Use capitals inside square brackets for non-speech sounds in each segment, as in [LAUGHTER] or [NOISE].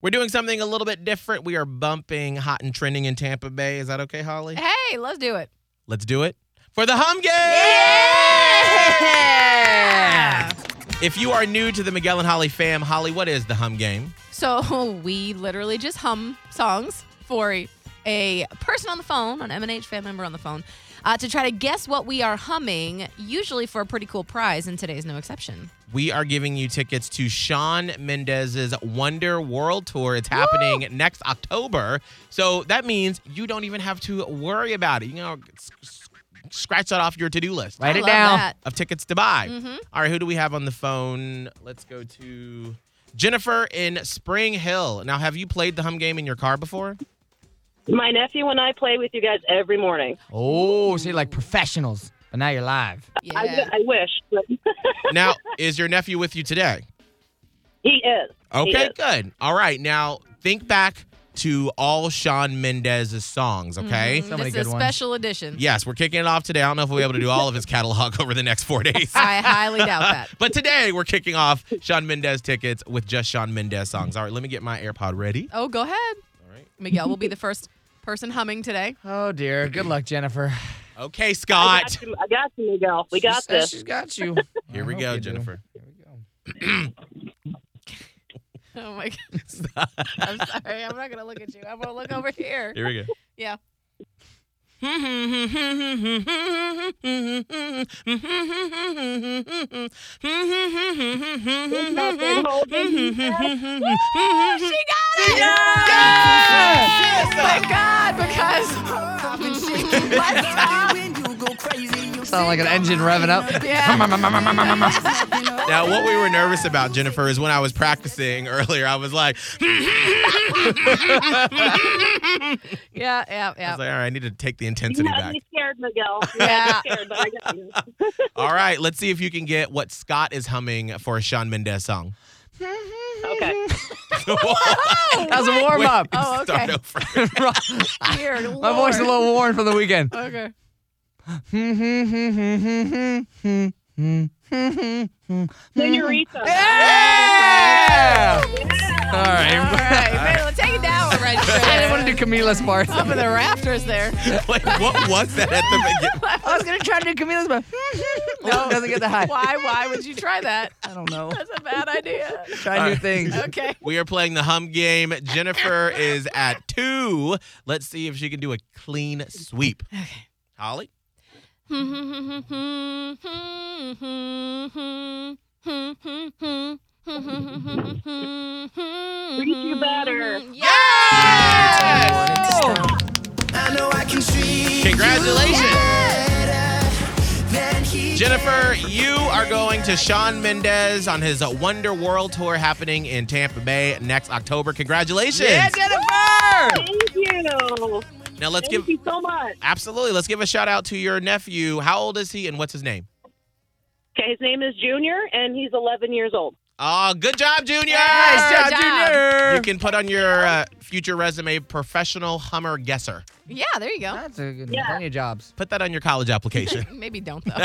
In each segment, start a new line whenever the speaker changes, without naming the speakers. We're doing something a little bit different. We are bumping hot and trending in Tampa Bay. Is that okay,
Eh.
Holly?
Hey, let's do it.
Let's do it for the hum game.
Yeah!
If you are new to the Miguel and Holly fam, Holly, what is the hum game?
So [LAUGHS] we literally just hum songs for a person on the phone, an M&H fan member on the phone, uh, to try to guess what we are humming, usually for a pretty cool prize, and today's no exception.
We are giving you tickets to Sean Mendez's Wonder World Tour. It's happening next October. So that means you don't even have to worry about it. You know, s- s- scratch that off your to do list
I
Write it
love
down.
[LAUGHS]
that.
of tickets to buy.
Mm-hmm.
All right, who do we have on the phone? Let's go to Jennifer in Spring Hill. Now, have you played the hum game in your car before?
My nephew and I play with you guys every morning.
Oh, so you're like professionals, but now you're live.
I,
Yeah.
I wish, but [LAUGHS]
now, is your nephew with you today?
he is. He
Okay,
is.
good. All right, now think back to all Sean Mendez's songs, okay?
Mm,
Mm-hmm. So many
this is
good
a
ones.
special edition.
Yes, we're kicking it off today. I don't know if we'll be able to do all of his catalog [LAUGHS] over the next four
[LAUGHS]
days.
[LAUGHS] I highly doubt that.
But today we're kicking off Sean Mendez tickets with just Sean Mendez songs. All right, let me get my AirPod ready.
Oh, go ahead.
All right.
Miguel will be
[LAUGHS]
the first person humming today.
Oh dear. Good luck, Jennifer.
Okay,
I
Scott.
got, you, I got you, Miguel. We got
She says
this.
She's got you.
Here we
I hope
go,
you do.
Jennifer.
Here we go.
Oh
[LAUGHS]
my god. I'm sorry. I'm not gonna look at you. I'm gonna look over here.
Here we go.
Yeah.
Mm-hmm.
She got it!
Yes!
Thank God, because
Sound like an engine revving up. [LAUGHS]
Now,
Yeah.
what we were nervous about, Jennifer, is when I was practicing earlier, I was like, [LAUGHS]
yeah,
I
yeah, yeah.
was like, all right, I need to take the
You
intensity
had
back.
me scared, Miguel. You
Yeah.
had me scared, but I got you.
All right, let's see if you can get what Scott is humming for a Sean Mendez
[LAUGHS]
song. [LAUGHS]
Okay.
Mm-hmm. that was a warm
Wait,
[LAUGHS] up.
Oh, okay.
Start over. [LAUGHS]
Dear
My voice is a
Lord.
little worn from the weekend.
Okay.
Senorita.
yeah! All
All
right.
right, man, well, take it down, Reggie.
[LAUGHS] I didn't want to do Camila's part.
Up in the rafters
[LAUGHS]
there.
Wait, what was that at the beginning?
I was gonna try to do Camila's, but [LAUGHS] no, doesn't get the
[LAUGHS]
high.
Why? Why would you try that?
I don't know.
That's a bad idea.
Try new
[LAUGHS]
things.
Okay.
We are playing the hum game. Jennifer is at two. Let's see if she can do a clean sweep. Holly?
Treat
you better.
Yeah.
Congratulations. Jennifer, you are going to Sean Mendez on his Wonder World Tour happening in Tampa Bay next October. Congratulations.
Yeah, Jennifer.
Thank you.
now let's
Thank
give
you so much.
Absolutely. Let's give a shout out to your nephew. How old is he and what's his name?
Okay, his name is Junior, and he's 11 years old.
Oh, good job, Junior.
Nice job, Good job.
You can put on your uh, future resume professional Hummer guesser.
Yeah. There you go.
That's a good
Yeah.
plenty of jobs. [LAUGHS]
Put that on your college application.
Maybe don't though. [LAUGHS]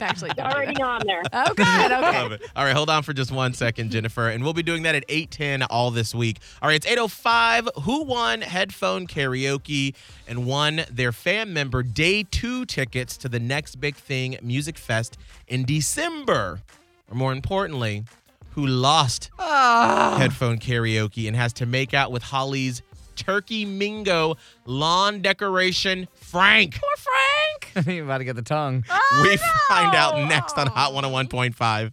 Actually, don't. do
Already on there.
that. Oh God. Okay.
Love it. All right, hold on for just one second, Jennifer, and we'll be doing that at 8:10 all this week. All right, it's 8:05. Who won headphone karaoke and won their fan member day 2 tickets to the next big thing Music Fest in December? Or more importantly, who lost
Ah.
headphone karaoke and has to make out with Holly's Turkey Mingo lawn decoration Frank?
Poor Frank.
You're about to get the tongue.
Oh,
we find out next on Hot 101.5.